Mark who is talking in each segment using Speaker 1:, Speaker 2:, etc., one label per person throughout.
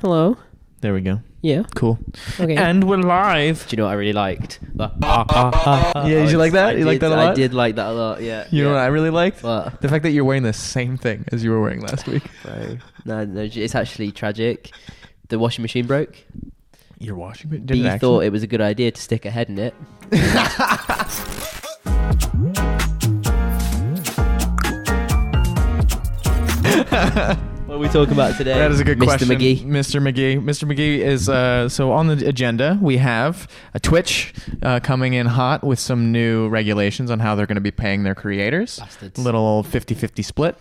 Speaker 1: Hello.
Speaker 2: There we go.
Speaker 1: Yeah.
Speaker 2: Cool.
Speaker 1: Okay.
Speaker 2: And we're live.
Speaker 3: Do you Ah, know what I really liked? The-
Speaker 2: Yeah, did you like that?
Speaker 3: I
Speaker 2: You like
Speaker 3: did-
Speaker 2: that a
Speaker 3: I
Speaker 2: lot?
Speaker 3: did like that a lot. Yeah.
Speaker 2: You know what I
Speaker 3: yeah.
Speaker 2: really liked?
Speaker 3: What?
Speaker 2: The fact that you're wearing the same thing as you were wearing last week.
Speaker 3: Bro, no, no, it's actually tragic. The washing machine broke.
Speaker 2: Your washing machine.
Speaker 3: B thought it was a good idea to stick a head in it. what are we talking about today?
Speaker 2: That is a good
Speaker 3: Mr.
Speaker 2: question,
Speaker 3: McGee.
Speaker 2: Mr. McGee. Mr. McGee is uh, so on the agenda. We have a Twitch uh, coming in hot with some new regulations on how they're going to be paying their creators.
Speaker 3: Bastards.
Speaker 2: Little old 50-50 split.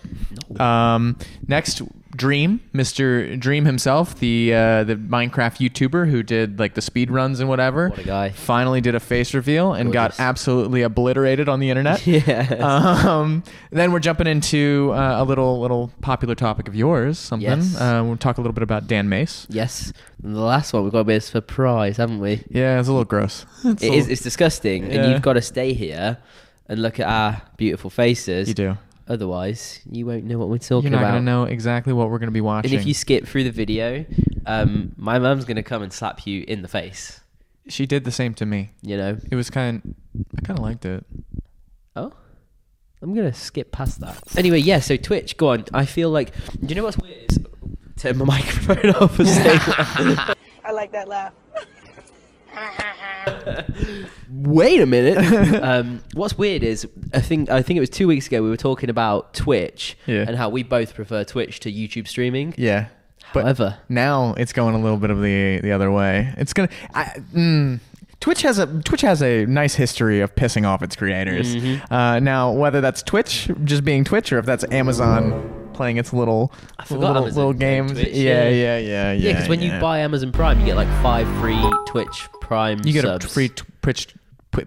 Speaker 3: No.
Speaker 2: Um, next, Dream, Mr. Dream himself, the uh, the Minecraft YouTuber who did like the speed runs and whatever.
Speaker 3: What a guy.
Speaker 2: Finally, did a face reveal and
Speaker 3: Gorgeous.
Speaker 2: got absolutely obliterated on the internet.
Speaker 3: Yes.
Speaker 2: Um, then we're jumping into uh, a little little popular topic of yours. Something.
Speaker 3: Yes.
Speaker 2: Uh, we'll talk a little bit about Dan Mace.
Speaker 3: yes. And the last one we've got a bit of surprise, haven't we?
Speaker 2: Yeah, it's a little gross. It's a
Speaker 3: It
Speaker 2: little-
Speaker 3: is. It's disgusting,
Speaker 2: Yeah.
Speaker 3: and you've got to stay here and look at our beautiful faces.
Speaker 2: You do.
Speaker 3: Otherwise, you won't know what we're
Speaker 2: You're
Speaker 3: talking
Speaker 2: not
Speaker 3: about.
Speaker 2: gonna know exactly what we're gonna be watching.
Speaker 3: And if you skip through the video, um, my mum's gonna come and slap you in the face.
Speaker 2: she did the same to me.
Speaker 3: You know.
Speaker 2: It was kind. I kind of liked it.
Speaker 3: Oh, I'm gonna skip past that. Anyway, yeah. So Twitch, go on. I feel like. Do you know what's weird? Is, turn my microphone off and say.
Speaker 4: I like that laugh.
Speaker 3: Wait a minute. um, what's weird is I think I think it was two weeks ago we were talking about Twitch
Speaker 2: Yeah.
Speaker 3: and how we both prefer Twitch to YouTube streaming.
Speaker 2: Yeah.
Speaker 3: However,
Speaker 2: now it's going a little bit of the the other way. It's gonna. I, mm, Twitch has a Twitch has a nice history of pissing off its creators.
Speaker 3: Mm-hmm.
Speaker 2: Uh, now, whether that's Twitch just being Twitch, or if that's Amazon playing its little
Speaker 3: forgot
Speaker 2: little,
Speaker 3: Amazon
Speaker 2: little
Speaker 3: played
Speaker 2: games,
Speaker 3: Twitch,
Speaker 2: yeah,
Speaker 3: yeah.
Speaker 2: yeah, yeah, yeah.
Speaker 3: yeah, because when
Speaker 2: yeah.
Speaker 3: you buy Amazon Prime, you get like five free Twitch Prime.
Speaker 2: you get
Speaker 3: subs.
Speaker 2: a free tw- Twitch. Twi-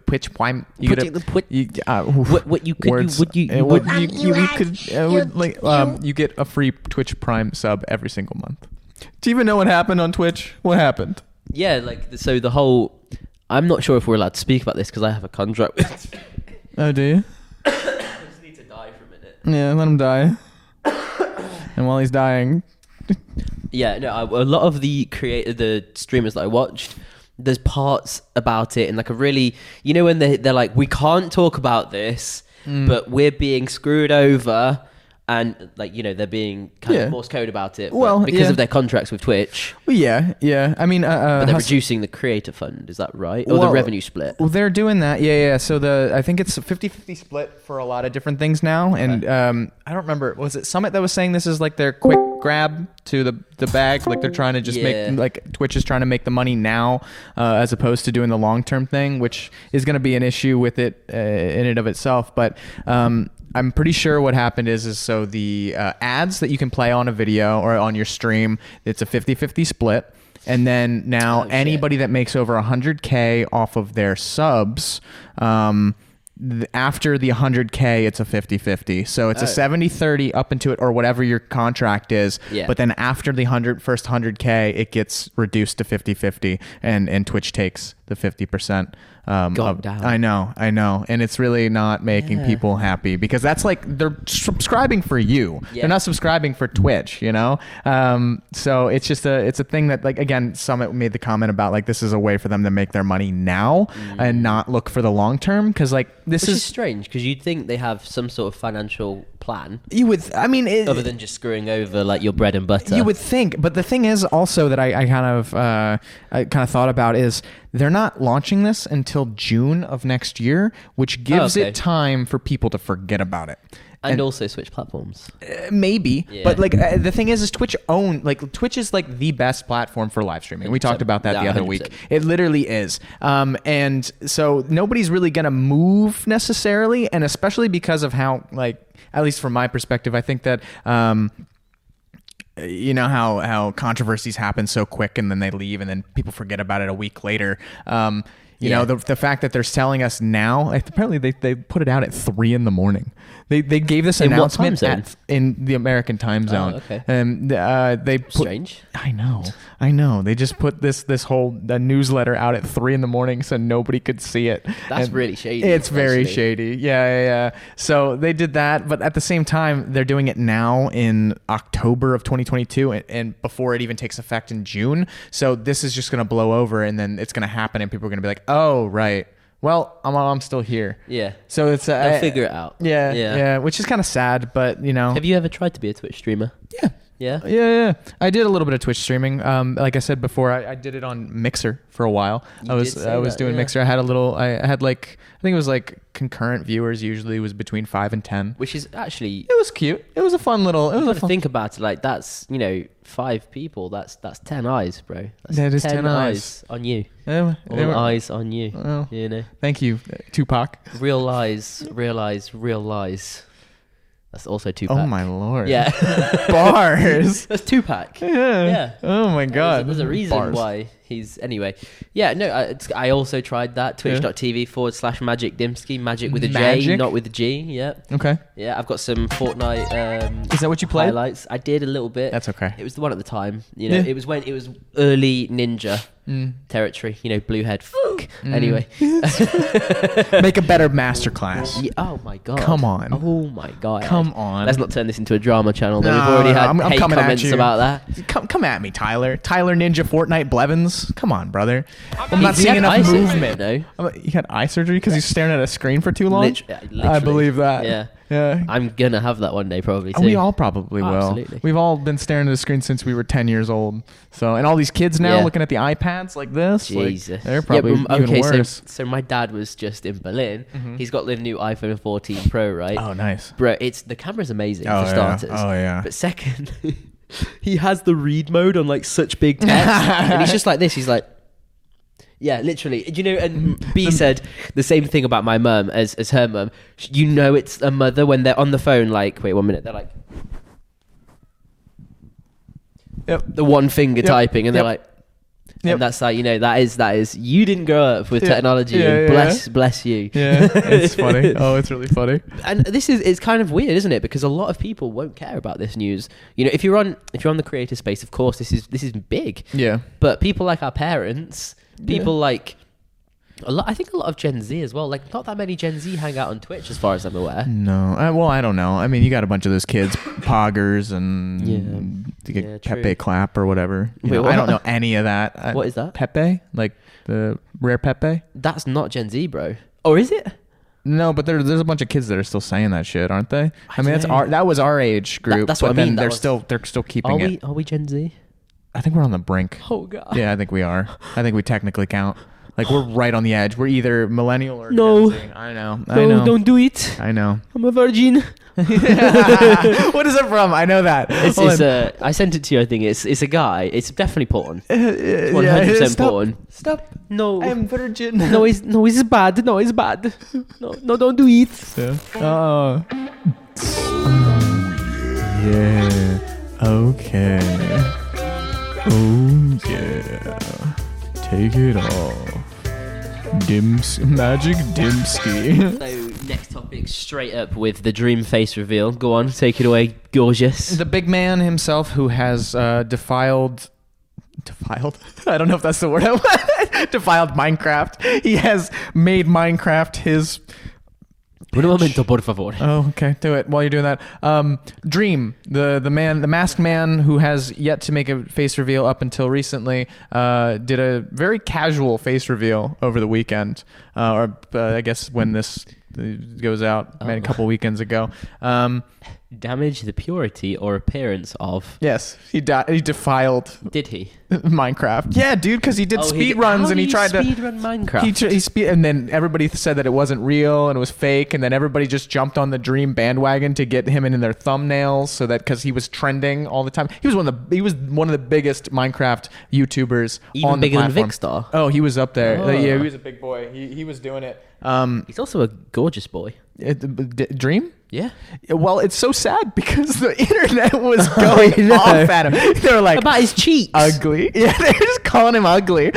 Speaker 2: Twitch Prime. You
Speaker 3: Put
Speaker 2: get
Speaker 3: it-
Speaker 2: a,
Speaker 3: the put-
Speaker 2: you, uh, oof,
Speaker 3: What- what you could- you
Speaker 2: words.
Speaker 3: would- you-
Speaker 2: Uh,
Speaker 3: you
Speaker 2: what
Speaker 3: would-
Speaker 2: you, you, you could uh, would, like um you get a free Twitch Prime sub every single month. Do you even know what happened on Twitch? What happened?
Speaker 3: Yeah, like th- so the whole. I'm not sure if we're allowed to speak about this because I have a contract. with
Speaker 2: Oh, do you?
Speaker 3: I just need to die for a minute.
Speaker 2: Yeah, let him die. and while he's dying,
Speaker 3: Yeah, no. I, a lot of the create the streamers that I watched, there's parts about it and like a really, you know, when they they're like, we can't talk about this,
Speaker 2: Hmm.
Speaker 3: but we're being screwed over. And like you know, they're being kind
Speaker 2: Yeah.
Speaker 3: of Morse code about it. but
Speaker 2: Well,
Speaker 3: because
Speaker 2: yeah.
Speaker 3: of their contracts with Twitch,
Speaker 2: well, yeah, yeah. I mean, uh, uh,
Speaker 3: but they're
Speaker 2: Hus-
Speaker 3: reducing the creator fund. Is that right? Or
Speaker 2: Well,
Speaker 3: the revenue split?
Speaker 2: Well, they're doing that. Yeah, yeah. So the I think it's a 50-50 split for a lot of different things now. And um, I don't remember. Was it Summit that was saying this is like their quick grab to the the bag? Like they're trying to just
Speaker 3: Yeah.
Speaker 2: make like Twitch is trying to make the money now uh, as opposed to doing the long term thing, which is going to be an issue with it uh, in and of itself. But um, I'm pretty sure what happened is is so the uh, ads that you can play on a video or on your stream, it's a 50-50 split. And then now
Speaker 3: Oh, shit.
Speaker 2: anybody that makes over 100k off of their subs um th- after the 100k it's a 50-50 so it's a 70-30 up into it or whatever your contract is
Speaker 3: Yeah.
Speaker 2: but then after the 100 first 100k it gets reduced to 50-50 and and twitch takes the 50% um
Speaker 3: God
Speaker 2: of-
Speaker 3: damn.
Speaker 2: i know i know and it's really not making people happy because that's like they're subscribing for you
Speaker 3: Yeah.
Speaker 2: they're not subscribing for Twitch, you know. Um, so it's just a it's a thing that like again, Summit made the comment about like this is a way for them to make their money now and not look for the long term because like this
Speaker 3: Mm. Which is
Speaker 2: is,
Speaker 3: strange because you'd think they have some sort of financial plan
Speaker 2: you would I mean it,
Speaker 3: other than just screwing over like your bread and butter.
Speaker 2: You would think, but the thing is also that I, I kind of uh, I kind of thought about is they're not launching this until June of next year, which gives
Speaker 3: Oh, okay.
Speaker 2: it time for people to forget about it.
Speaker 3: and, also switch platforms.
Speaker 2: Uh, maybe
Speaker 3: Yeah.
Speaker 2: but like uh, the thing is is twitch own like twitch is like the best platform for live streaming we talked about that the
Speaker 3: Yeah,
Speaker 2: other week
Speaker 3: 100%.
Speaker 2: it literally is um and so nobody's really gonna move necessarily and especially because of how like at least from my perspective i think that um you know how how controversies happen so quick and then they leave and then people forget about it a week later um You
Speaker 3: Yeah.
Speaker 2: know, the, the fact that they're selling us now, apparently they, they put it out at three in the morning. They, they gave this
Speaker 3: In what
Speaker 2: announcement
Speaker 3: time zone?
Speaker 2: at- in the American time zone.
Speaker 3: Oh, okay.
Speaker 2: And uh, they put,
Speaker 3: Strange.
Speaker 2: I know, I know. They just put this this whole uh, newsletter out at three in the morning so nobody could see it.
Speaker 3: That's really shady,
Speaker 2: It's very
Speaker 3: actually.
Speaker 2: shady. Yeah, yeah, yeah. So they did that, but at the same time, they're doing it now in October of 2022, and, and before it even takes effect in June. So this is just going to blow over, and then it's going to happen, and people are going to be like, "Oh, right. Well, I'm I'm still here."
Speaker 3: Yeah.
Speaker 2: So it's uh,
Speaker 3: They'll
Speaker 2: I-
Speaker 3: figure it out.
Speaker 2: Yeah,
Speaker 3: Yeah.
Speaker 2: yeah, which is kind of sad, but you know,
Speaker 3: Have you ever tried to be a Twitch streamer?
Speaker 2: yeah.
Speaker 3: Yeah.
Speaker 2: Oh, Yeah, yeah. I did a little bit of Twitch streaming. Um, like I said before, I, I did it on Mixer for a while.
Speaker 3: You
Speaker 2: I was
Speaker 3: did say
Speaker 2: I was
Speaker 3: that,
Speaker 2: doing
Speaker 3: yeah.
Speaker 2: Mixer. I had a little. I I had like I think it was like concurrent viewers. Usually was between five and ten.
Speaker 3: Which is actually
Speaker 2: It was cute. It was a fun little. It was a
Speaker 3: But
Speaker 2: fun.
Speaker 3: think about it, like that's you know five people. That's that's ten eyes, bro. That's
Speaker 2: That is 10
Speaker 3: on you.
Speaker 2: Yeah,
Speaker 3: All
Speaker 2: they were-
Speaker 3: eyes on you.
Speaker 2: Well.
Speaker 3: You know,
Speaker 2: Thank you, Tupac.
Speaker 3: real lies, real lies, real lies. That's also two.
Speaker 2: Oh my lord.
Speaker 3: Yeah.
Speaker 2: Bars.
Speaker 3: That's two pack.
Speaker 2: yeah.
Speaker 3: Yeah.
Speaker 2: Oh my
Speaker 3: There's a-
Speaker 2: god.
Speaker 3: There's a reason
Speaker 2: Bars.
Speaker 3: why he's anyway. Yeah, no, I, it's- I also tried that
Speaker 2: Yeah.
Speaker 3: twitch.tv forward slash magic dimsky, magic with a J,
Speaker 2: Magic?
Speaker 3: not with a G. Yeah,
Speaker 2: Okay.
Speaker 3: yeah. I've got some Fortnite. Um,
Speaker 2: Is that what you played?
Speaker 3: Highlights. I did a little bit.
Speaker 2: That's okay.
Speaker 3: It was the one at the time. You know,
Speaker 2: Yeah.
Speaker 3: it was when it was early ninja
Speaker 2: Mm.
Speaker 3: territory. You know, blue head. Fuck. Anyway.
Speaker 2: Mm. Make a better masterclass.
Speaker 3: Ye- oh my god.
Speaker 2: Come on.
Speaker 3: Oh my god.
Speaker 2: Come on.
Speaker 3: Let's not turn this into a drama channel. though.
Speaker 2: No,
Speaker 3: We've already
Speaker 2: no,
Speaker 3: had
Speaker 2: I'm- I'm
Speaker 3: hate
Speaker 2: coming at
Speaker 3: comments
Speaker 2: you.
Speaker 3: about that.
Speaker 2: Come, come at me, Tyler. Tyler Ninja Fortnite Blevins. Come on, brother. I'm
Speaker 3: He-
Speaker 2: not
Speaker 3: he
Speaker 2: seeing
Speaker 3: had
Speaker 2: enough
Speaker 3: eye surgery,
Speaker 2: movement.
Speaker 3: though.
Speaker 2: I'm- He had eye surgery because he's staring at a screen for too long.
Speaker 3: Lit- yeah,
Speaker 2: I
Speaker 3: literally.
Speaker 2: believe that.
Speaker 3: Yeah.
Speaker 2: Yeah.
Speaker 3: I'm gonna have that one day probably. Too.
Speaker 2: And we all probably will.
Speaker 3: Absolutely.
Speaker 2: We've all been staring at a screen since we were 10 years old. So, and all these kids now
Speaker 3: Yeah.
Speaker 2: looking at the iPads like this. like,
Speaker 3: Jesus.
Speaker 2: they're probably
Speaker 3: Yeah, but-
Speaker 2: even
Speaker 3: okay, so-
Speaker 2: worse. Mm-hmm.
Speaker 3: So, my dad was just in Berlin. He's got the new iPhone 14 Pro, right?
Speaker 2: oh, nice.
Speaker 3: Bro, it's the camera's amazing
Speaker 2: Oh,
Speaker 3: for
Speaker 2: yeah.
Speaker 3: starters.
Speaker 2: Oh, yeah.
Speaker 3: But second, he has the read mode on like such big text, and he's just like this. He's like, yeah, literally. Do you know?
Speaker 2: Mm-hmm.
Speaker 3: And
Speaker 2: Um,
Speaker 3: B said the same thing about my mum as as her mum. Sh- You know, it's a mother when they're on the phone. Like, wait one minute. They're like
Speaker 2: Yep.
Speaker 3: the one finger
Speaker 2: Yep.
Speaker 3: typing, and they're
Speaker 2: Yep.
Speaker 3: like.
Speaker 2: Yep.
Speaker 3: And that's like you know that is that is you didn't grow up with
Speaker 2: Yeah.
Speaker 3: technology.
Speaker 2: Yeah,
Speaker 3: and
Speaker 2: yeah,
Speaker 3: bless bless you.
Speaker 2: Yeah, it's funny. Oh, it's really funny.
Speaker 3: and this is it's kind of weird, isn't it? Because a lot of people won't care about this news. You know, if you're on if you're on the creator space, of course this is this is big.
Speaker 2: Yeah.
Speaker 3: But people like our parents,
Speaker 2: Yeah.
Speaker 3: people like a lot. I think a lot of Gen Z as well. Like not that many Gen Z hang out on Twitch, as far as I'm aware.
Speaker 2: No, I, well, I don't know. I mean, you got a bunch of those kids, poggers, and
Speaker 3: Yeah.
Speaker 2: you get
Speaker 3: Yeah, true.
Speaker 2: Pepe clap or whatever. You
Speaker 3: Wait,
Speaker 2: know,
Speaker 3: what?
Speaker 2: I don't know any of that. I-
Speaker 3: What is that?
Speaker 2: Pepe, like the rare Pepe.
Speaker 3: That's not Gen Z, bro.
Speaker 2: Oh,
Speaker 3: Or is it?
Speaker 2: No, but there, there's a bunch of kids that are still saying that shit, aren't they? I, mean, that's
Speaker 3: know.
Speaker 2: our that was our age group.
Speaker 3: that's what
Speaker 2: but
Speaker 3: I mean,
Speaker 2: Then
Speaker 3: that
Speaker 2: they're
Speaker 3: was-
Speaker 2: still they're still keeping
Speaker 3: Are
Speaker 2: it.
Speaker 3: we are we Gen Z?
Speaker 2: I think we're on the brink.
Speaker 3: Oh god.
Speaker 2: Yeah, I think we are. I think we technically count. Like we're right on the edge. We're either millennial or
Speaker 3: No.
Speaker 2: Gen Z. I know. I
Speaker 3: No,
Speaker 2: know.
Speaker 3: don't do it.
Speaker 2: I know.
Speaker 3: I'm a virgin.
Speaker 2: what is it from? I know that.
Speaker 3: It's,
Speaker 2: Hold
Speaker 3: it's
Speaker 2: on.
Speaker 3: a. I sent it to you. I think it's it's a guy. It's definitely porn.
Speaker 2: It's
Speaker 3: 100% porn.
Speaker 2: Stop.
Speaker 3: No.
Speaker 2: virgin.
Speaker 3: no, it's no, it's bad. No, it's bad. No, no, don't do it.
Speaker 2: Yeah. Oh. Yeah. Okay. Oh yeah. Take it off. Dims magic dimski.
Speaker 3: So next topic, straight up with the dream face reveal. Go on, take it away, gorgeous.
Speaker 2: the big man himself who has uh, defiled defiled i don't know if that's the word I want. defiled minecraft he has made minecraft his
Speaker 3: Un momento, por favor.
Speaker 2: Oh, okay. Do it while you're doing that. Um, Dream, the the man, the masked man who has yet to make a face reveal up until recently, uh, did a very casual face reveal over the weekend, uh, or uh, I guess when this uh, goes out,
Speaker 3: Oh.
Speaker 2: made a couple weekends ago. Um,
Speaker 3: Damage the purity or appearance of.
Speaker 2: yes, he di- he defiled
Speaker 3: Did he?
Speaker 2: Minecraft. Yeah, dude, because he did
Speaker 3: Oh,
Speaker 2: speed
Speaker 3: he did-
Speaker 2: runs
Speaker 3: How
Speaker 2: and
Speaker 3: do
Speaker 2: he
Speaker 3: you
Speaker 2: tried to.
Speaker 3: speedrun Minecraft.
Speaker 2: He, tr- he spe- and then everybody said that it wasn't real and it was fake, and then everybody just jumped on the Dream bandwagon to get him in their thumbnails, so that because he was trending all the time. He was one of the he was one of the biggest Minecraft YouTubers
Speaker 3: Even
Speaker 2: on
Speaker 3: bigger
Speaker 2: the
Speaker 3: than
Speaker 2: platform.
Speaker 3: Vicstar?
Speaker 2: Oh, he was up there.
Speaker 3: Oh.
Speaker 2: Yeah, he was a big boy. He he was doing it. Um,
Speaker 3: He's also a gorgeous boy.
Speaker 2: It, d- dream?
Speaker 3: Yeah.
Speaker 2: Well, it's so sad because the internet was going
Speaker 3: know.
Speaker 2: off at him. They're like,
Speaker 3: About his cheeks.
Speaker 2: ugly. Yeah, they're just calling him ugly.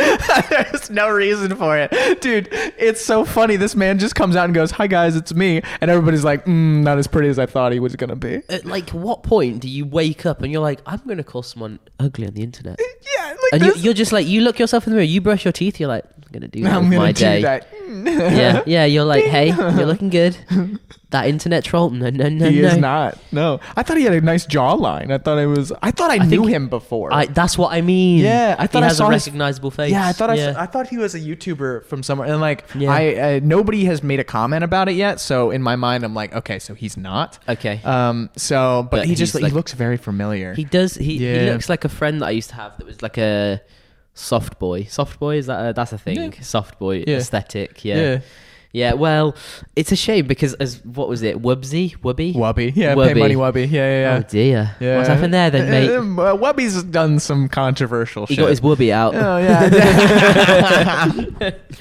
Speaker 2: There's no reason for it. Dude, it's so funny. This man just comes out and goes, Hi guys, it's me. And everybody's like, mm, not as pretty as I thought he was going to be.
Speaker 3: At like what point do you wake up and you're like, I'm gonna call someone ugly on the internet?
Speaker 2: Yeah, like
Speaker 3: And you,
Speaker 2: this.
Speaker 3: you're just like, you look yourself in the mirror, you brush your teeth, you're like, I'm gonna do that
Speaker 2: I'm
Speaker 3: with
Speaker 2: going
Speaker 3: my
Speaker 2: to do
Speaker 3: day.
Speaker 2: that.
Speaker 3: yeah, yeah. You're like, hey, you're looking good. That internet troll, no, no, no,
Speaker 2: he
Speaker 3: no.
Speaker 2: is not. No. I thought he had a nice jawline. I thought I was, I thought I, knew
Speaker 3: think-
Speaker 2: him before.
Speaker 3: I, that's what I mean.
Speaker 2: Yeah, I thought
Speaker 3: he
Speaker 2: I
Speaker 3: has
Speaker 2: saw
Speaker 3: a
Speaker 2: his-
Speaker 3: recognizable face.
Speaker 2: Yeah, I thought I,
Speaker 3: Yeah.
Speaker 2: s- I thought he was a YouTuber from somewhere, and like
Speaker 3: Yeah.
Speaker 2: I uh, nobody has made a comment about it yet. So in my mind, I'm like, okay, so he's not.
Speaker 3: okay.
Speaker 2: Um. So, but,
Speaker 3: But
Speaker 2: he just
Speaker 3: he's like-
Speaker 2: he looks very familiar.
Speaker 3: he does. He, he
Speaker 2: yeah.
Speaker 3: looks like a friend that I used to have that was like a soft boy. Soft boy is that a, that's a thing.
Speaker 2: Yeah.
Speaker 3: Soft boy
Speaker 2: Yeah.
Speaker 3: aesthetic. Yeah. yeah. well, it's a shame because as what was it, Wubsy, Wubby,
Speaker 2: Wubby. Yeah,
Speaker 3: Wubby.
Speaker 2: pay money Wubby. Yeah, yeah, yeah.
Speaker 3: Oh dear,
Speaker 2: yeah.
Speaker 3: what's happened there then, mate?
Speaker 2: Uh, Wubby's done some controversial
Speaker 3: he
Speaker 2: shit.
Speaker 3: got his Wubby out.
Speaker 2: Oh yeah,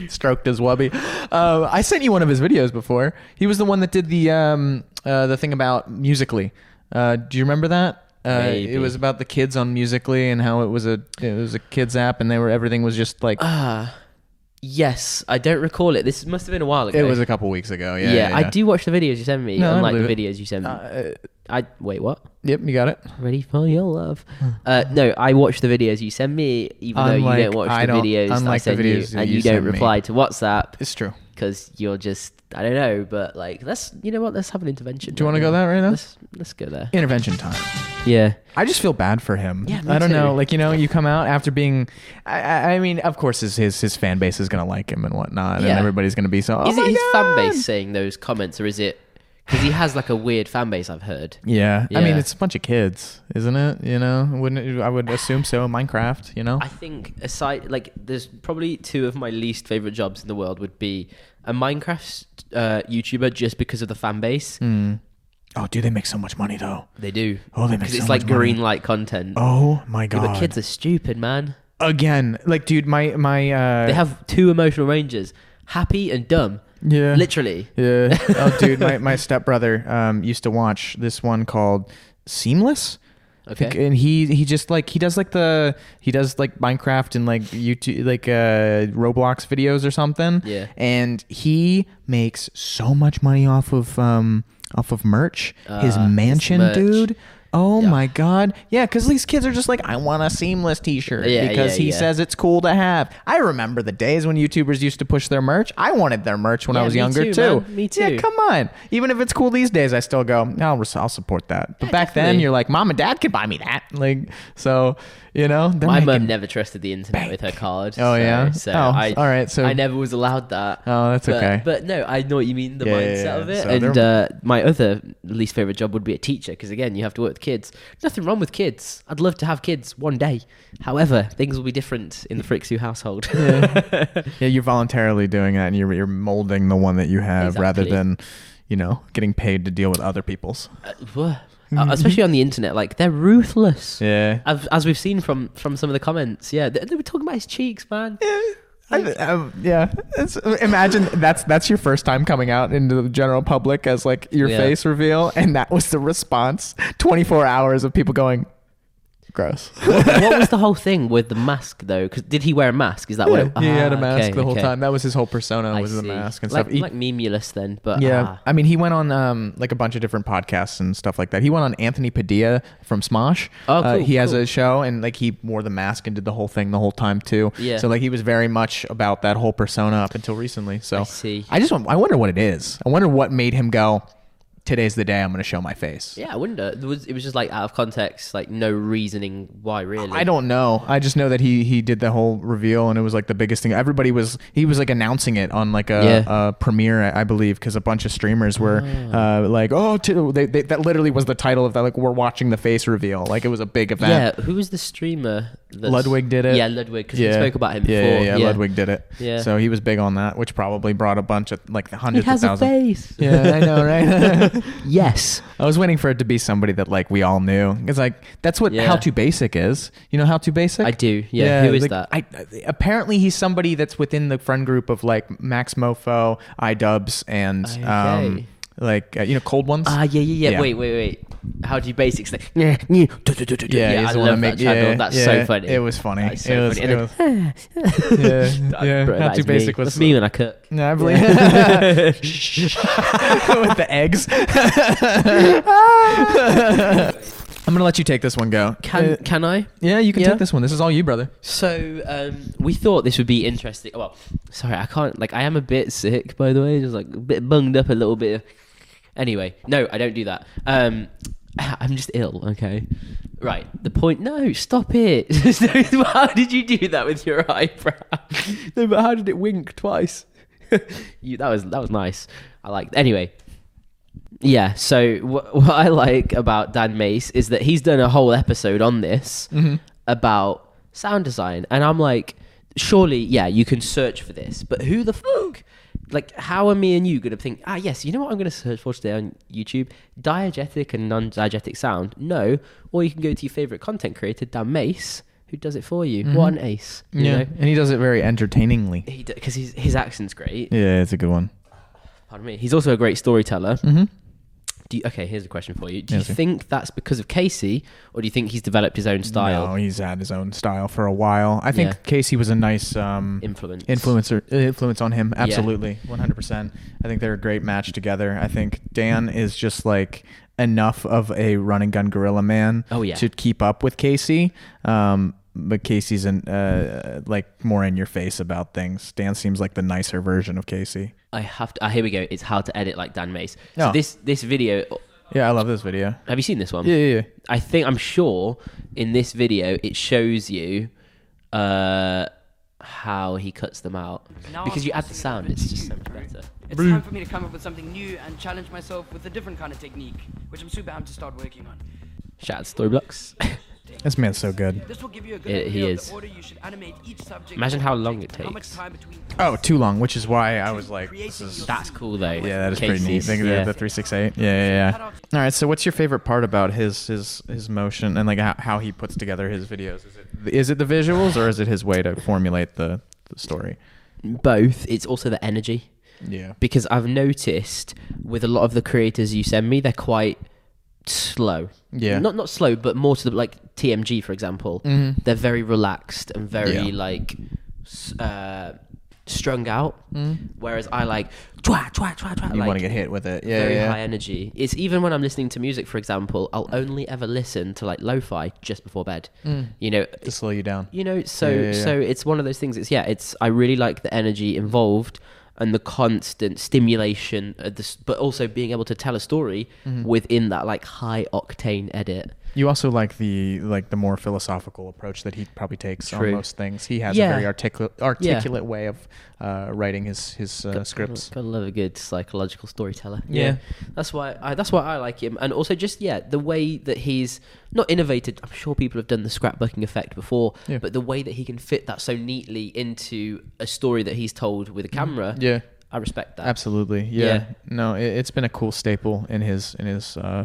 Speaker 2: stroked his wubby. Uh, I sent you one of his videos before. He was the one that did the um, uh, the thing about Musically. Uh, do you remember that? Uh,
Speaker 3: Maybe.
Speaker 2: it was about the kids on Musically and how it was a it was a kids app and they were everything was just like
Speaker 3: Ah, yes, I don't recall it. This must have been a while ago.
Speaker 2: it was a couple weeks ago. Yeah,
Speaker 3: Yeah, I do watch the videos you send me.
Speaker 2: No, I
Speaker 3: unlike the
Speaker 2: believe
Speaker 3: videos you send me.
Speaker 2: Uh,
Speaker 3: I wait, what?
Speaker 2: yep, you got it.
Speaker 3: Ready for your love?
Speaker 2: Hmm.
Speaker 3: Uh, no, I watch the videos you send me, even though you
Speaker 2: Unlike-
Speaker 3: don't watch
Speaker 2: I
Speaker 3: the
Speaker 2: don't-
Speaker 3: videos that I
Speaker 2: unlike the
Speaker 3: send
Speaker 2: videos that
Speaker 3: you, and
Speaker 2: you
Speaker 3: you, don't
Speaker 2: send me.
Speaker 3: reply to WhatsApp
Speaker 2: It's true.
Speaker 3: because you're just I don't know. But like, let's you know what? Let's have an intervention.
Speaker 2: Do you
Speaker 3: right
Speaker 2: want to go
Speaker 3: now.
Speaker 2: that right now?
Speaker 3: Let's let's go there.
Speaker 2: Intervention time.
Speaker 3: Yeah,
Speaker 2: I just feel bad for him.
Speaker 3: Yeah, me
Speaker 2: I don't
Speaker 3: too.
Speaker 2: know. Like you know, you come out after being. I- I, I mean, of course, his, his his fan base is gonna like him and whatnot,
Speaker 3: Yeah.
Speaker 2: and everybody's gonna be so. Oh
Speaker 3: is
Speaker 2: my
Speaker 3: it his
Speaker 2: God.
Speaker 3: fan base saying those comments, or is it because he has like a weird fan base? I've heard.
Speaker 2: Yeah. I mean,
Speaker 3: Yeah.
Speaker 2: it's a bunch of kids, isn't it? You know, wouldn't it, I would assume so. Minecraft, you know.
Speaker 3: I think aside, like, there's probably two of my least favorite jobs in the world would be a Minecraft uh, YouTuber just because of the fan base.
Speaker 2: oh, do they make so much money though?
Speaker 3: They do
Speaker 2: Oh, they make
Speaker 3: because
Speaker 2: so
Speaker 3: it's
Speaker 2: much
Speaker 3: like
Speaker 2: money.
Speaker 3: green light content.
Speaker 2: Oh my god.
Speaker 3: but kids are stupid, man.
Speaker 2: again. Like, dude, my my. Uh,
Speaker 3: They have two emotional ranges: happy and dumb.
Speaker 2: yeah.
Speaker 3: Literally,
Speaker 2: Yeah. oh, dude, my, my stepbrother um, used to watch this one called Seamless. I think-
Speaker 3: Okay.
Speaker 2: And he he just like he does like the he does like Minecraft and like YouTube like uh Roblox videos or something.
Speaker 3: Yeah.
Speaker 2: And he makes so much money off of um off of merch. his
Speaker 3: Uh, his
Speaker 2: mansion,
Speaker 3: merch.
Speaker 2: dude. Oh
Speaker 3: Yeah.
Speaker 2: my god. Yeah, cuz these kids are just like I want a seamless t-shirt
Speaker 3: Yeah,
Speaker 2: because
Speaker 3: yeah,
Speaker 2: he
Speaker 3: yeah.
Speaker 2: says it's cool to have. I remember the days when YouTubers used to push their merch. I wanted their merch when I
Speaker 3: Yeah,
Speaker 2: was
Speaker 3: me
Speaker 2: younger
Speaker 3: too,
Speaker 2: too.
Speaker 3: man. Me
Speaker 2: Yeah,
Speaker 3: too.
Speaker 2: come on. Even if it's cool these days, I still go. I'll, res- I'll support that. But back then,
Speaker 3: definitely.
Speaker 2: you're like, mom and dad could buy me that. Like, so you know, they're
Speaker 3: my
Speaker 2: making-
Speaker 3: mum never trusted the internet with her card.
Speaker 2: Oh,
Speaker 3: so,
Speaker 2: yeah?
Speaker 3: So
Speaker 2: Oh,
Speaker 3: I,
Speaker 2: all right, so-
Speaker 3: I never was allowed that.
Speaker 2: Oh, that's
Speaker 3: But-
Speaker 2: okay.
Speaker 3: But no, I know what you mean. The
Speaker 2: Yeah, yeah,
Speaker 3: mindset
Speaker 2: yeah.
Speaker 3: of it.
Speaker 2: So
Speaker 3: and uh,
Speaker 2: they're-
Speaker 3: my other least favorite job would be a teacher because again, you have to work with kids. Nothing wrong with kids. I'd love to have kids one day. However, things will be different in the Fricksu household.
Speaker 2: yeah, you're voluntarily doing that, and you're you're molding the one that you have rather
Speaker 3: Exactly.
Speaker 2: than, you know, getting paid to deal with other people's.
Speaker 3: Uh, wha- uh, especially on the internet, like they're ruthless.
Speaker 2: Mm-hmm. Yeah.
Speaker 3: I've, as we've seen from from some of the comments, yeah, they, they were talking about his cheeks, man.
Speaker 2: Yeah, I- I- yeah. It's, imagine that's that's your first time coming out into the general public as like your
Speaker 3: Yeah.
Speaker 2: face reveal, and that was the response. Twenty four hours of people going, gross.
Speaker 3: what was the whole thing with the mask though? Because did he wear a mask? Is that what?
Speaker 2: Yeah,
Speaker 3: it-
Speaker 2: he had a
Speaker 3: Ah,
Speaker 2: mask
Speaker 3: okay,
Speaker 2: the whole
Speaker 3: okay.
Speaker 2: time. That was his whole persona
Speaker 3: I
Speaker 2: was the
Speaker 3: see.
Speaker 2: mask and
Speaker 3: like,
Speaker 2: stuff. He-
Speaker 3: like memulous then, but
Speaker 2: yeah,
Speaker 3: ah.
Speaker 2: I mean, he went on um, like a bunch of different podcasts and stuff like that. He went on Anthony Padilla from Smosh. Uh,
Speaker 3: Oh, cool,
Speaker 2: he has
Speaker 3: cool.
Speaker 2: a show, and like he wore the mask and did the whole thing the whole time too.
Speaker 3: Yeah.
Speaker 2: So like he was very much about that whole persona up until recently. So
Speaker 3: I see.
Speaker 2: I just want, I wonder what it is. I wonder what made him go. Today's the day I'm going to show my face.
Speaker 3: yeah, I wonder. It was, it was just like out of context, like no reasoning why really.
Speaker 2: I don't know. I just know that he he did the whole reveal and it was like the biggest thing. Everybody was he was like announcing it on like a,
Speaker 3: Yeah. Ah.
Speaker 2: a premiere, I I believe, because a bunch of streamers were uh, like, "Oh, t- they, they, that literally was the title of that." Like, we're watching the face reveal. Like, it was a big
Speaker 3: Yeah,
Speaker 2: event.
Speaker 3: who was the streamer? that's-
Speaker 2: Ludwig did it.
Speaker 3: Yeah, Ludwig, because we spoke about him
Speaker 2: yeah,
Speaker 3: before.
Speaker 2: Yeah, yeah, Ludwig did it.
Speaker 3: Yeah.
Speaker 2: So he was big on that, which probably brought a bunch of like
Speaker 3: He
Speaker 2: hundreds
Speaker 3: has
Speaker 2: of
Speaker 3: a
Speaker 2: thousands.
Speaker 3: face.
Speaker 2: yeah, I know, right?
Speaker 3: Yes.
Speaker 2: I was waiting for it to be somebody that like we all knew. It's like that's what
Speaker 3: Yeah.
Speaker 2: How to Basic is. You know How to Basic?
Speaker 3: I do, yeah. Who is
Speaker 2: like,
Speaker 3: that?
Speaker 2: I, apparently he's somebody that's within the friend group of like Max Mofo, iDubbbz, and
Speaker 3: Okay.
Speaker 2: um, like uh, you know cold ones.
Speaker 3: Ah, yeah, yeah, yeah,
Speaker 2: Yeah.
Speaker 3: Wait, wait, wait. How do you basics? Like, yeah, yeah, do, do, do, do, do. yeah,
Speaker 2: he's
Speaker 3: I
Speaker 2: the one
Speaker 3: love
Speaker 2: that make-
Speaker 3: that channel.
Speaker 2: yeah,
Speaker 3: That's
Speaker 2: yeah,
Speaker 3: so funny.
Speaker 2: It was funny.
Speaker 3: That's so
Speaker 2: it was,
Speaker 3: funny.
Speaker 2: it
Speaker 3: And
Speaker 2: was- yeah, yeah.
Speaker 3: Bro,
Speaker 2: Not
Speaker 3: that
Speaker 2: too
Speaker 3: is me.
Speaker 2: basic
Speaker 3: That's
Speaker 2: was
Speaker 3: me when I cook.
Speaker 2: No, I believe with the eggs. I'm gonna let you take this one go.
Speaker 3: Can
Speaker 2: Uh,
Speaker 3: can I?
Speaker 2: yeah, you can
Speaker 3: yeah.
Speaker 2: take this one. This is all you, brother.
Speaker 3: So um, we thought this would be interesting. Well, sorry, I can't. Like, I am a bit sick, by the way. Just like a bit bunged up, a little bit. Anyway, no, I don't do that. Um, I'm just ill. Okay, right. The point. No, stop it. No, how did you do that with your eyebrow? No, but how did it wink twice? you, that was that was nice. I like. Anyway, yeah. So what, what I like about Dan Mace is that he's done a whole episode on this
Speaker 2: Mm-hmm.
Speaker 3: about sound design, and I'm like, surely, yeah, you can search for this, but who the fuck? Like, how are me and you gonna think? Ah, yes, you know what I'm gonna search for today on YouTube: diegetic and non-diegetic sound. No, or you can go to your favorite content creator, Dan Mace, who does it for you. What
Speaker 2: Mm-hmm.
Speaker 3: an ace! You know?
Speaker 2: and he does it very entertainingly.
Speaker 3: he because his his accent's great.
Speaker 2: Yeah, it's a good one.
Speaker 3: Pardon me. He's also a great storyteller.
Speaker 2: Mm-hmm.
Speaker 3: Do you, okay, here's a question for you. Do
Speaker 2: Yes,
Speaker 3: you
Speaker 2: sir.
Speaker 3: think that's because of Casey, or do you think he's developed his own style
Speaker 2: No, he's had his own style for a while. I think
Speaker 3: Yeah.
Speaker 2: Casey was a nice um,
Speaker 3: influence?
Speaker 2: influencer uh, influence on him. Absolutely, one hundred percent. I think they're a great match together. I think Dan is just like enough of a run and gun gorilla man.
Speaker 3: Oh, yeah.
Speaker 2: to keep up with Casey. Um, but Casey's an, uh, like more in your face about things. Dan seems like the nicer version of Casey.
Speaker 3: I have to. Ah, here we go. It's how to edit like Dan Mace.
Speaker 2: Oh.
Speaker 3: So this this video.
Speaker 2: Yeah, I love this video.
Speaker 3: Have you seen this one?
Speaker 2: Yeah, yeah, yeah.
Speaker 3: I think I'm sure in this video it shows you uh, how he cuts them out
Speaker 1: Now
Speaker 3: because
Speaker 1: I'm
Speaker 3: you add the
Speaker 1: forcing it
Speaker 3: sound.
Speaker 1: to
Speaker 3: It's just so
Speaker 1: you,
Speaker 3: much
Speaker 1: bro.
Speaker 3: better.
Speaker 1: It's time for me to come up with something new and challenge myself with a different kind of technique, which I'm super amped to start working on.
Speaker 3: Shout out to Storyblocks.
Speaker 2: This man's so good.
Speaker 1: This will give you a good
Speaker 3: It- he
Speaker 1: idea of
Speaker 3: is.
Speaker 1: the order you should animate each subject.
Speaker 3: Imagine
Speaker 1: or
Speaker 3: how long
Speaker 1: object
Speaker 3: it
Speaker 1: and How much
Speaker 3: takes.
Speaker 1: time between
Speaker 2: Oh, too long, which is why I was like, this is.
Speaker 3: That's cool though.
Speaker 2: Yeah, that is pretty neat.
Speaker 3: Casey's,
Speaker 2: Think of the-
Speaker 3: yeah.
Speaker 2: the three six eight. Yeah, yeah, yeah. All right. So, what's your favorite part about his his his motion and like how, how he puts together his videos? Is it is it the visuals or is it his way to formulate the, the story?
Speaker 3: Both. It's also the energy.
Speaker 2: Yeah.
Speaker 3: because I've noticed with a lot of the creators you send me, they're quite slow.
Speaker 2: Yeah.
Speaker 3: Not not slow, but more to the like TMG for example.
Speaker 2: Mhm.
Speaker 3: They're very relaxed and very
Speaker 2: Yeah.
Speaker 3: like s- uh, strung out.
Speaker 2: Mm.
Speaker 3: Whereas I like twa twa twa twa.
Speaker 2: You
Speaker 3: like,
Speaker 2: want to get hit with it. Yeah.
Speaker 3: very
Speaker 2: yeah.
Speaker 3: high energy. It's even when I'm listening to music, for example, I'll only ever listen to like lo-fi just before bed.
Speaker 2: Mm.
Speaker 3: You know,
Speaker 2: to slow you down.
Speaker 3: you know so
Speaker 2: Yeah, yeah, yeah.
Speaker 3: so it's one of those things it's yeah it's i really like the energy involved and the constant stimulation of this but also being able to tell a story
Speaker 2: Mm-hmm.
Speaker 3: within that like high octane edit
Speaker 2: You also like the like the more philosophical approach that he probably takes on
Speaker 3: True.
Speaker 2: most things. He has
Speaker 3: Yeah.
Speaker 2: a very articulate articulate way of uh, writing his his uh, scripts.
Speaker 3: gotta love a good psychological storyteller
Speaker 2: Yeah.
Speaker 3: that's why i that's why i like him and also just yeah the way that he's not innovated i'm sure people have done the scrapbooking effect before
Speaker 2: Yeah.
Speaker 3: but the way that he can fit that so neatly into a story that he's told with a camera
Speaker 2: Mm. Yeah.
Speaker 3: i respect that
Speaker 2: Absolutely. Yeah.
Speaker 3: Yeah.
Speaker 2: No, it, it's been a cool staple in his in his uh,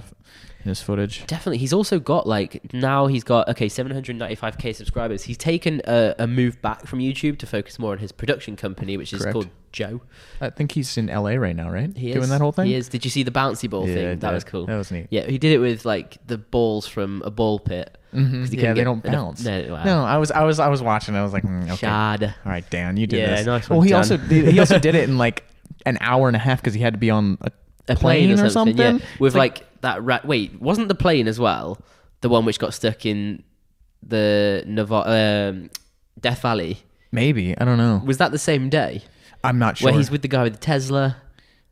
Speaker 2: in his footage.
Speaker 3: Definitely. He's also got like now he's got okay, 795k subscribers. He's taken a, a move back from YouTube to focus more on his production company, which is
Speaker 2: Correct.
Speaker 3: called Joe.
Speaker 2: I think he's in LA right now, right?
Speaker 3: He
Speaker 2: Doing
Speaker 3: is-
Speaker 2: that whole thing.
Speaker 3: He is. Did you see the bouncy ball
Speaker 2: Yeah, I
Speaker 3: thing? That
Speaker 2: did.
Speaker 3: was cool.
Speaker 2: That was neat.
Speaker 3: Yeah, he did it with like the balls from a ball pit.
Speaker 2: Mhm.
Speaker 3: 'Cause he
Speaker 2: Yeah,
Speaker 3: couldn't
Speaker 2: they
Speaker 3: get
Speaker 2: don't
Speaker 3: enough-
Speaker 2: bounce.
Speaker 3: No, wow.
Speaker 2: No, I was I was I was watching. I was like, mm, okay.
Speaker 3: Shad.
Speaker 2: All right, Dan, you did
Speaker 3: Yeah,
Speaker 2: this.
Speaker 3: nice
Speaker 2: well,
Speaker 3: one,
Speaker 2: he
Speaker 3: Dan.
Speaker 2: also did, he also did it in like an hour and a half because he had to be on a,
Speaker 3: A plane, or something. Yeah. With like, that rat. Wait, wasn't the plane as well the one which got stuck in the Nevada, um, Death Valley?
Speaker 2: maybe I don't know.
Speaker 3: Was that the same day
Speaker 2: I'm not sure.
Speaker 3: where he's with the guy with the Tesla?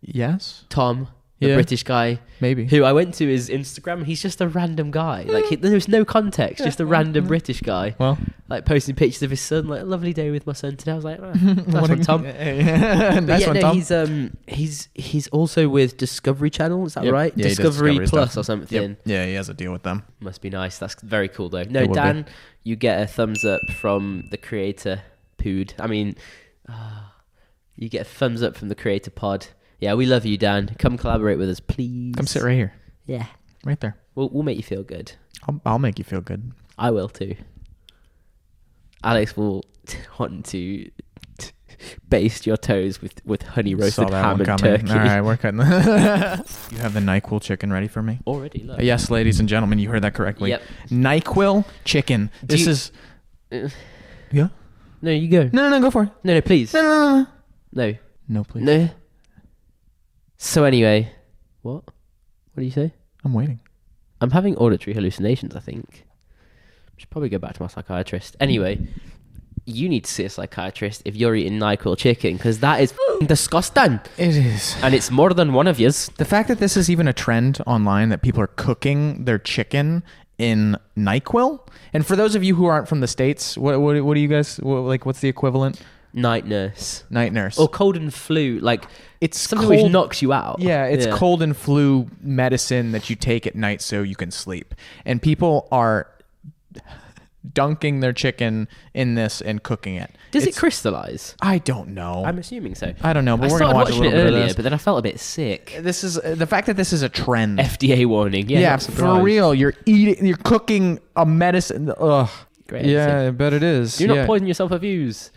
Speaker 2: yes,
Speaker 3: Tom, the
Speaker 2: Yeah.
Speaker 3: British guy,
Speaker 2: maybe.
Speaker 3: who I went to his Instagram. He's just a random guy.
Speaker 2: Mm.
Speaker 3: Like he, there's no context, just a random British guy.
Speaker 2: Well,
Speaker 3: Like posting pictures of his son. Like a lovely day with my son today. I was like, oh, nice
Speaker 2: what a-
Speaker 3: one, Tom.
Speaker 2: nice
Speaker 3: But yeah,
Speaker 2: one,
Speaker 3: no,
Speaker 2: Tom.
Speaker 3: he's um he's he's also with Discovery Channel. Is that
Speaker 2: Yep.
Speaker 3: right?
Speaker 2: Yeah, he does
Speaker 3: Discovery,
Speaker 2: Discovery
Speaker 3: Plus
Speaker 2: stuff.
Speaker 3: or something.
Speaker 2: Yep. Yeah, he has a deal with them.
Speaker 3: Must be nice. That's very cool though. No,
Speaker 2: It will be.
Speaker 3: Dan, you get a thumbs up from the creator Pood. I mean, ah, you get a thumbs up from the creator Pod. Yeah, we love you, Dan. Come collaborate with us, please.
Speaker 2: Come sit right here,
Speaker 3: Yeah.
Speaker 2: right there.
Speaker 3: We'll, we'll make you feel good.
Speaker 2: I'll, I'll make you feel good.
Speaker 3: I will too. Alex will want to baste your toes with, with honey roasted ham and turkey.
Speaker 2: All right, we're cutting. The you have the Nyquil chicken ready for me?
Speaker 3: Already, look.
Speaker 2: Yes, ladies and gentlemen, you heard that correctly.
Speaker 3: Yep.
Speaker 2: Nyquil chicken.
Speaker 3: Do
Speaker 2: This
Speaker 3: you- Uh.
Speaker 2: is. Yeah.
Speaker 3: No, you go.
Speaker 2: No, no, no. Go for it.
Speaker 3: No, no, please.
Speaker 2: No, no, no,
Speaker 3: No.
Speaker 2: no. No, please.
Speaker 3: No. So anyway, what? What do you say?
Speaker 2: I'm waiting.
Speaker 3: I'm having auditory hallucinations. I think. Should probably go back to my psychiatrist. Anyway, you need to see a psychiatrist if you're eating Nyquil chicken because that is f***ing disgusting,
Speaker 2: It is.
Speaker 3: and it's more than one of yours.
Speaker 2: The fact that this is even a trend online that people are cooking their chicken in NyQuil, and for those of you who aren't from the states, what what, what do you guys what, like? What's the equivalent?
Speaker 3: Night nurse
Speaker 2: Night nurse.
Speaker 3: or cold and flu, like
Speaker 2: It's
Speaker 3: something
Speaker 2: cold-
Speaker 3: which knocks you out.
Speaker 2: Yeah, it's cold and flu medicine that you take at night so you can sleep. And people are dunking their chicken in this and cooking it.
Speaker 3: Does
Speaker 2: It's-
Speaker 3: it crystallize?
Speaker 2: I don't know.
Speaker 3: I'm assuming so.
Speaker 2: I don't know, but
Speaker 3: I
Speaker 2: we're
Speaker 3: started
Speaker 2: gonna watch a
Speaker 3: watching
Speaker 2: little
Speaker 3: it
Speaker 2: bit of
Speaker 3: earlier,
Speaker 2: this.
Speaker 3: but then I felt a bit sick.
Speaker 2: this is the fact that this is a trend.
Speaker 3: FDA warning. Yeah, not
Speaker 2: for
Speaker 3: surprised.
Speaker 2: real. You're eating. You're cooking a medicine. Ugh.
Speaker 3: Great
Speaker 2: yeah,
Speaker 3: episode.
Speaker 2: I bet it is.
Speaker 3: Do not
Speaker 2: yeah.
Speaker 3: poison yourself with views.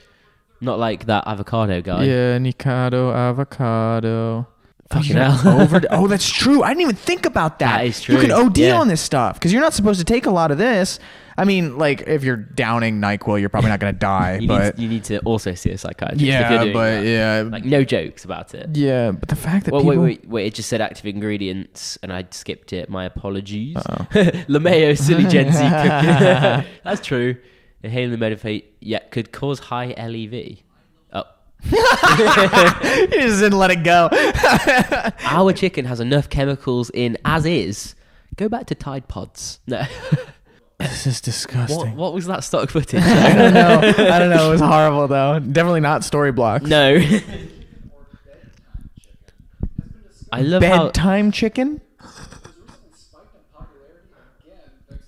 Speaker 3: Not like that avocado guy.
Speaker 2: Yeah, Nikado avocado.
Speaker 3: Fucking
Speaker 2: You can
Speaker 3: hell.
Speaker 2: overd- oh, that's true. I didn't even think about that.
Speaker 3: That is
Speaker 2: You can
Speaker 3: true.
Speaker 2: OD
Speaker 3: Yeah.
Speaker 2: on this stuff because you're not supposed to take a lot of this. I mean, like if you're downing Nyquil, you're probably not gonna die.
Speaker 3: You, need
Speaker 2: but
Speaker 3: to, you need to also see a psychiatrist. if you're
Speaker 2: yeah,
Speaker 3: doing
Speaker 2: but
Speaker 3: that.
Speaker 2: yeah,
Speaker 3: like no jokes about it.
Speaker 2: yeah. But the fact that
Speaker 3: Well, wait,
Speaker 2: people
Speaker 3: wait, wait! It just said active ingredients, and I skipped it. My apologies.
Speaker 2: Oh.
Speaker 3: Lameo, silly Gen Z cooking. That's true. Inhaling the motivate, yeah, could cause high LEV. Oh.
Speaker 2: he just didn't let it go.
Speaker 3: Our chicken has enough chemicals in as is. Go back to Tide Pods. No.
Speaker 2: this is disgusting.
Speaker 3: what, what was that stock footage?
Speaker 2: I don't know. I don't know. It was horrible though. Definitely not story blocks.
Speaker 3: no. I love how
Speaker 2: Bedtime chicken.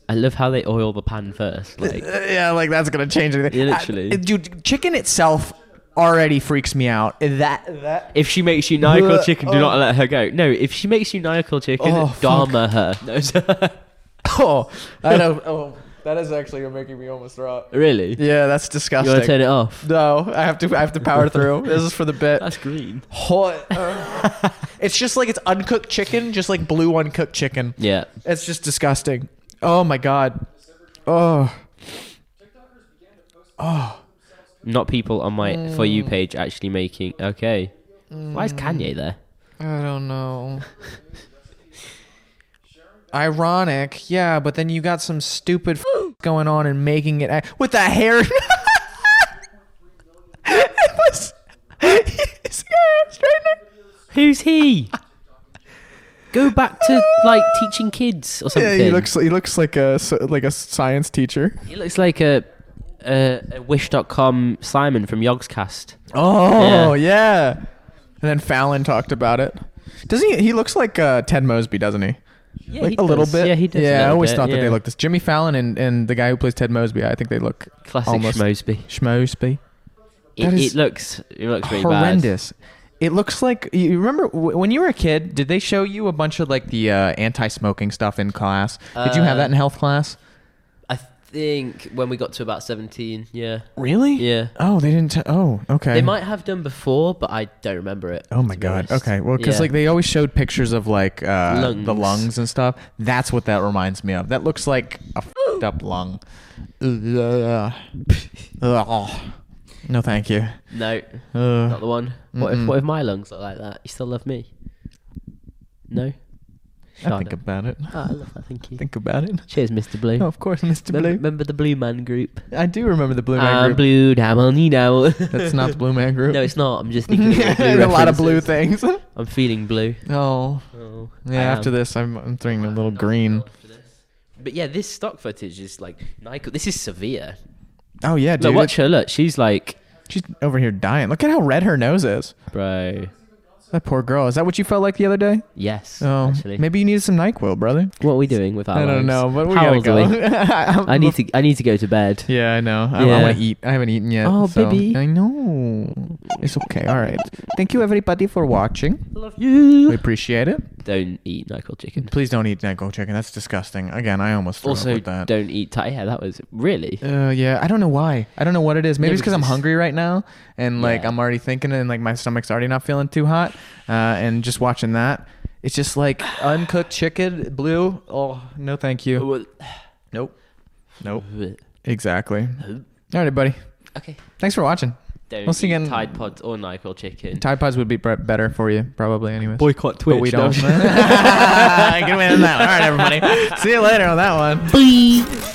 Speaker 3: I love how they oil the pan first. Like
Speaker 2: Uh, yeah, like that's gonna change anything.
Speaker 3: Yeah,
Speaker 2: I-
Speaker 3: literally.
Speaker 2: dude, chicken itself already freaks me out. That that
Speaker 3: If she makes you Nyquil
Speaker 2: Ugh,
Speaker 3: chicken, do not let her go. No, if she makes you Nyquil chicken,
Speaker 2: Oh,
Speaker 3: Dharma her. No,
Speaker 2: oh, I don't. Oh, that is actually making me almost throw up.
Speaker 3: really?
Speaker 2: Yeah, that's
Speaker 3: You want to turn
Speaker 2: disgusting.
Speaker 3: it off?
Speaker 2: No, I have to. I have to power through. this is for the bit.
Speaker 3: That's green.
Speaker 2: Hot. Uh, it's just like it's uncooked chicken, just like blue uncooked chicken.
Speaker 3: Yeah.
Speaker 2: It's just disgusting. Oh my god. Oh. Oh.
Speaker 3: Not people on my For You
Speaker 2: Mm.
Speaker 3: page actually making. Okay. Why is Kanye there?
Speaker 2: I don't know. Ironic, yeah, but then you got some stupid going on and making it act- with that hair. it was. He's got a hair straightener.
Speaker 3: Who's he? go back to, like, teaching kids or something.
Speaker 2: Yeah, he looks. He looks like a like a science teacher.
Speaker 3: He looks like a, a, a Wish.com Simon from Yogscast.
Speaker 2: Oh yeah. And then Fallon talked about it. Doesn't he? He looks like uh, Ted Mosby, doesn't he?
Speaker 3: Yeah,
Speaker 2: like
Speaker 3: he
Speaker 2: a little
Speaker 3: does.
Speaker 2: bit.
Speaker 3: Yeah, he does.
Speaker 2: Yeah,
Speaker 3: a
Speaker 2: I
Speaker 3: little
Speaker 2: always
Speaker 3: bit,
Speaker 2: thought that they
Speaker 3: yeah.
Speaker 2: looked this. Jimmy Fallon and, and the guy who plays Ted Mosby, I think they look
Speaker 3: classic
Speaker 2: almost
Speaker 3: Schmosby.
Speaker 2: Schmosby. That
Speaker 3: It,
Speaker 2: is
Speaker 3: it looks it looks really bad.
Speaker 2: horrendous. It looks like you remember w- when you were a kid. Did they show you a bunch of like the uh, anti-smoking stuff in class? Did you have
Speaker 3: Uh,
Speaker 2: that in health class?
Speaker 3: I think when we got to about 17, yeah.
Speaker 2: Really?
Speaker 3: Yeah.
Speaker 2: Oh, they didn't. T- oh, okay.
Speaker 3: They might have done before, but I don't remember it.
Speaker 2: Oh my
Speaker 3: to be
Speaker 2: god.
Speaker 3: honest.
Speaker 2: Okay. Well, because
Speaker 3: Yeah.
Speaker 2: like they always showed pictures of like uh, the
Speaker 3: Lungs.
Speaker 2: lungs and stuff. That's what that reminds me of. That looks like a fed up lung. Ugh. Ugh. No, thank you.
Speaker 3: No, not
Speaker 2: Ugh.
Speaker 3: the one. What if,
Speaker 2: Uh, Mm-mm.
Speaker 3: what if my lungs look like that? You still love me? No?
Speaker 2: I
Speaker 3: Shada.
Speaker 2: think about it.
Speaker 3: Oh, I love that. Thank you.
Speaker 2: Think about it.
Speaker 3: Cheers, Mr. Blue.
Speaker 2: Oh, of course, Mr.
Speaker 3: Remember,
Speaker 2: Blue.
Speaker 3: remember the Blue Man Group?
Speaker 2: I do remember the Blue Man
Speaker 3: I'm
Speaker 2: Group.
Speaker 3: blue, damn, I need now.
Speaker 2: That's not the Blue Man Group.
Speaker 3: No, it's not. I'm just thinking of all blue
Speaker 2: There's a lot of blue
Speaker 3: references.
Speaker 2: things.
Speaker 3: I'm feeling blue.
Speaker 2: oh.
Speaker 3: Oh,
Speaker 2: Yeah.
Speaker 3: I
Speaker 2: After
Speaker 3: am.
Speaker 2: this, I'm I'm throwing a little green.
Speaker 3: But yeah, this stock footage is like Nike. This is severe.
Speaker 2: Oh yeah, dude.
Speaker 3: Look, watch her. Look, she's like,
Speaker 2: She's over here dying. Look at how red her nose is.
Speaker 3: bro.
Speaker 2: That poor girl. Is that what you felt like the other day?
Speaker 3: Yes.
Speaker 2: Oh,
Speaker 3: actually,
Speaker 2: maybe you needed some Nyquil, brother.
Speaker 3: what are we doing with our
Speaker 2: I don't
Speaker 3: lives?
Speaker 2: know, but we gotta
Speaker 3: How old
Speaker 2: go.
Speaker 3: are we? I need to. I need to go to bed.
Speaker 2: Yeah, I know. I,
Speaker 3: Yeah.
Speaker 2: I want to eat. I haven't eaten yet.
Speaker 3: Oh,
Speaker 2: so-
Speaker 3: baby.
Speaker 2: I know. It's okay. All right. Thank you, everybody, for watching.
Speaker 3: Love you.
Speaker 2: We appreciate it.
Speaker 3: Don't eat Nyquil chicken.
Speaker 2: Please don't eat Nyquil chicken. That's disgusting. Again, I almost threw up
Speaker 3: Also,
Speaker 2: with that.
Speaker 3: don't eat Thai. Yeah, that was really.
Speaker 2: Uh, yeah, I don't know why. I don't know what it is. Maybe
Speaker 3: Yeah,
Speaker 2: it's because I'm
Speaker 3: because-
Speaker 2: hungry right now, and like
Speaker 3: Yeah.
Speaker 2: I'm already thinking, and like my stomach's already not feeling too hot. Uh, and just watching that, it's just like uncooked chicken, blue. Oh no, thank you. Nope. Nope. Exactly. All right, buddy.
Speaker 3: Okay.
Speaker 2: Thanks for watching.
Speaker 3: Don't
Speaker 2: We'll see
Speaker 3: eat
Speaker 2: you again.
Speaker 3: Tide Pods or Nyquil chicken.
Speaker 2: Tide pods would be bre- better for you, probably. Anyways.
Speaker 3: Boycott
Speaker 2: But we don't. Get away from that one. All right, everybody. See you later on that one.
Speaker 3: Bye.